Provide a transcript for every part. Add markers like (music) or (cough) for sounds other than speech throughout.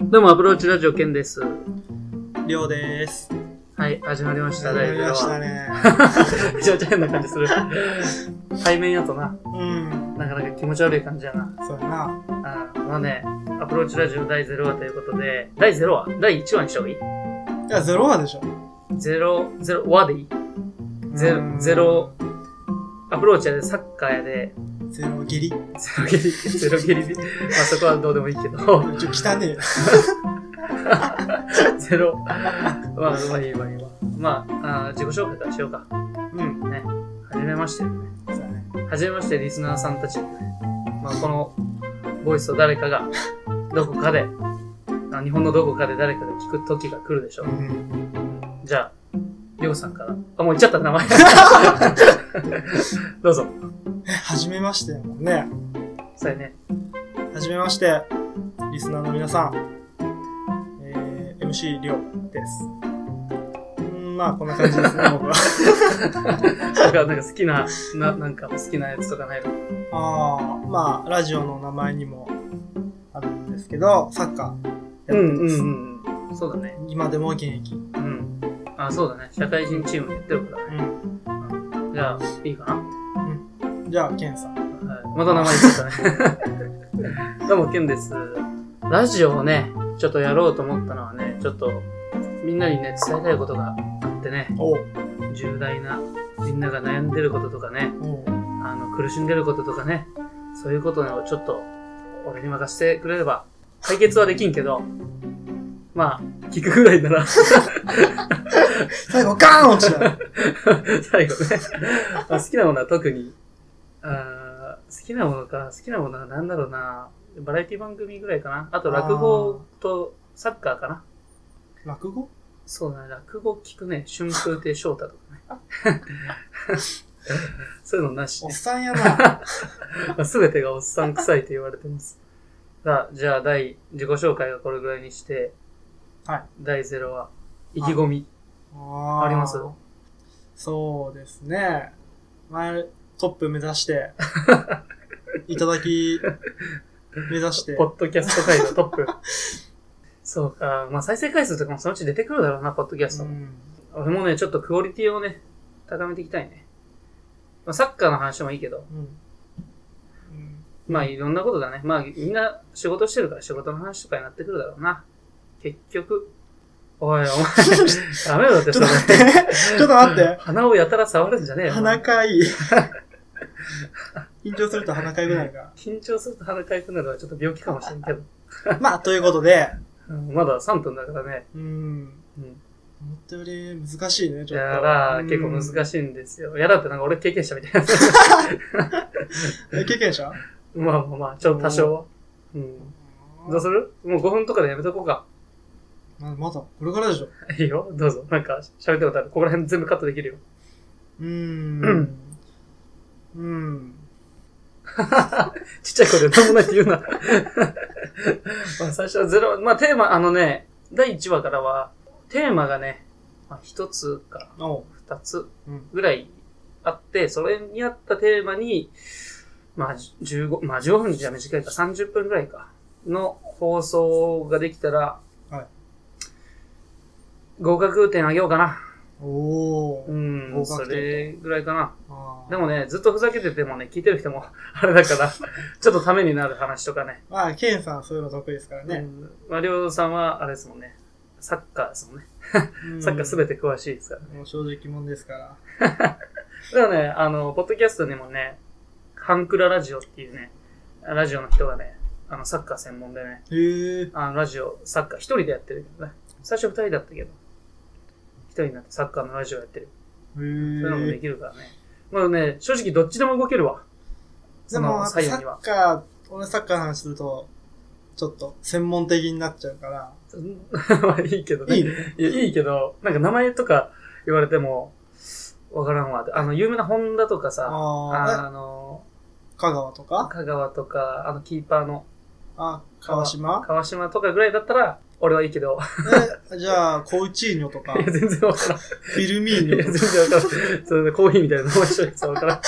どうも、アプローチラジオ、ケンです。りょうです。はい、始まりました、ライやブりがましたね。めちゃめちゃ変な感じする。対面やとな、うん。なかなか気持ち悪い感じやな。そうやな。あーまあね、アプローチラジオ第0話ということで、第0話第1話にした方がいいいや、ゼロ話でしょ。 ?0、0話でいいゼうロ、んゼロ、アプローチやで、サッカーやで、ゼロゲリ。ちゼロゲリ、ゼロゲリで、まあそこはどうでもいいけど、ょ、汚ねえよ。ゼロ、まあまあいいわいいわ。まあ、あー自己紹介からしようか。うん。ね、はじめまして。そうやね。はじめましてリスナーさんたち、まあ、このボイスを誰かが (laughs) どこかであ日本のどこかで誰かが聞く時が来るでしょううん。じゃありょうさんからあもう言っちゃった名前 (laughs) どうぞえ、はじめましてやもんね。さあねはじめまして。リスナーの皆さん。えー、MC りょうです。うん、まあ、こんな感じですね、 (laughs) 僕は。だからなんか好きなななんか好きなやつとかないのあー、まあ、ラジオの名前にもあるんですけど、サッカーうやっんてうまんす。うんうんそうだね今でも現役。うん。うんあそうだね社会人チームやってるからね、うんじゃあいいかな、じゃあ、ケンさん。はい、また名前言っちゃったね。どうも、ケンです。ラジオをね、ちょっとやろうと思ったのはね、ちょっとみんなにね、伝えたいことがあってね、おう。重大な、みんなが悩んでることとかね、おう。あの、苦しんでることとかね、そういうことをちょっと、俺に任せてくれれば、解決はできんけど、まあ、聞くぐらいなら、最後、ガーン落ちた。 (laughs) 最後ね、まあ、好きなものは特にあー好きなものか好きなものは何だろうなバラエティ番組ぐらいかなあと落語とサッカーかな落語そうだね落語聞くね春風亭昇太とかね (laughs) そういうのなしおっね、さん (laughs) やな。まあ、全てがおっさん臭いと言われてますさあじゃあ第自己紹介はこれぐらいにして、はい、第0話意気込みあありますそうですね。前、トップ目指して、 (laughs) いただき、目指してポ。ッドキャスト界のトップ。 (laughs) そうか。まあ、再生回数とかもそのうち出てくるだろうな、ポッドキャストうも。ん俺もね、ちょっとクオリティをね、高めていきたいね。まあ、サッカーの話もいいけど、うんうんまあ、いろんなことだね。まあ、みんな仕事してるから仕事の話とかになってくるだろうな。結局。おい、お前、(laughs) ダメだって、ちそょっとれ。待 (laughs) って、ちょっと待って。鼻をやたら触るんじゃねえよ。お前鼻 (laughs) かい。緊張すると鼻かゆくなるか緊張すると鼻かゆくなるのはちょっと病気かもしれんけど。ら。まあ、ということで、うんまだ3分だからね。ううん。ん。思ったより難しいね、ちょっと。やら、結構難ししいんですよ。やらってなんか俺経験者みたいな。 (laughs) い。経験者まあまあまあ、ちょっと多少は。うん。どうするもう5分とかでやめとこうか。 (laughs) ままだ、これからでしょ。いいよ、どうぞ。なんか喋ったことある。ここら辺全部カットできるよ。 (laughs) うーん。うん。ちっちゃい声で何もないって言うな。 (laughs) まあ最初はゼロ、まあテーマ、あのね、第1話からは、テーマがね、まあ、1つかおう。 2つうん。ぐらいあって、それに合ったテーマに、まあ15、まあ15分じゃ短いか、30分ぐらいか、の放送ができたら、はい合格点あげようかな。おうー。ん、合そ格点とれぐらいかな。あーでもね、ずっとふざけててもね、聞いてる人も、 (laughs) あれだから、ちょっとためになる話とかね。まあ、ケンさんそういうの得意ですからうね。ん。まあ、りょうさんは、あれですもんね。サッカーですもんね。サッカーすべて。て詳しいですから。もう正直もんですから。だからね、あの、ポッドキャストにもね、ハンクララジオっていうね、ラジオの人がね、あの、サッカー専門でね、へえ。あの、ラジオ、サッカー、一人でやってるけどね。最初二人だったけど、一人になってサッカーのラジオやってる。そういうのもへでえ。きるからね。まあね、正直どっちでも動けるわ。でそも、のやっ左ぱ右サにはッ。カー、俺サッカーの話すると、ちょっと専門的になっちゃうから。 (laughs) まあいいけどね。いいいね。やいいけど、なんか名前とか言われても、わからんわ。あの、有名なホンダとかさ、ああ、あの、香川とか香川とか、あの、キーパーのあ、川島川島とかぐらいだったら、俺はいいけど、え、じゃあ、コウチーニョとか (laughs) い、や、全然わからん。フィルミいーニや、全ョとか、然わからん。それでコーヒーみたいな名前しといてわからん。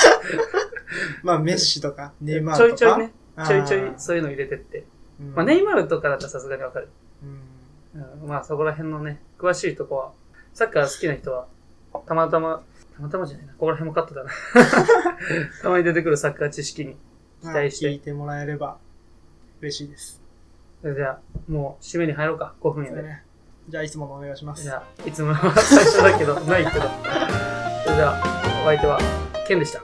まあ、メッシとか、ネイマーちょルいとちか。ょいね、ちょいちょあいー。そういうの入れてって。うんまあ、ネイマールとかだったらさすがにわかる。うんうん、まあそこら辺のね、詳しいとこは、サッカー好きな人は、たまたま、たまたまじゃないな、ここら辺もカット (laughs) だな。たまに出てくるサッカー知識に。期待してまあ聞いてもらえれば嬉しいです。それじゃあ、もう締めに入ろうか、5分やそうで。ねじゃあ、いつものお願いします。じゃあ、いつもの最初だけど、ないけど。それじゃあ、お相手は、ケンでした。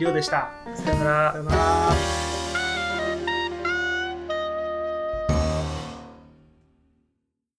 りょうでした。さよならさよ。なら。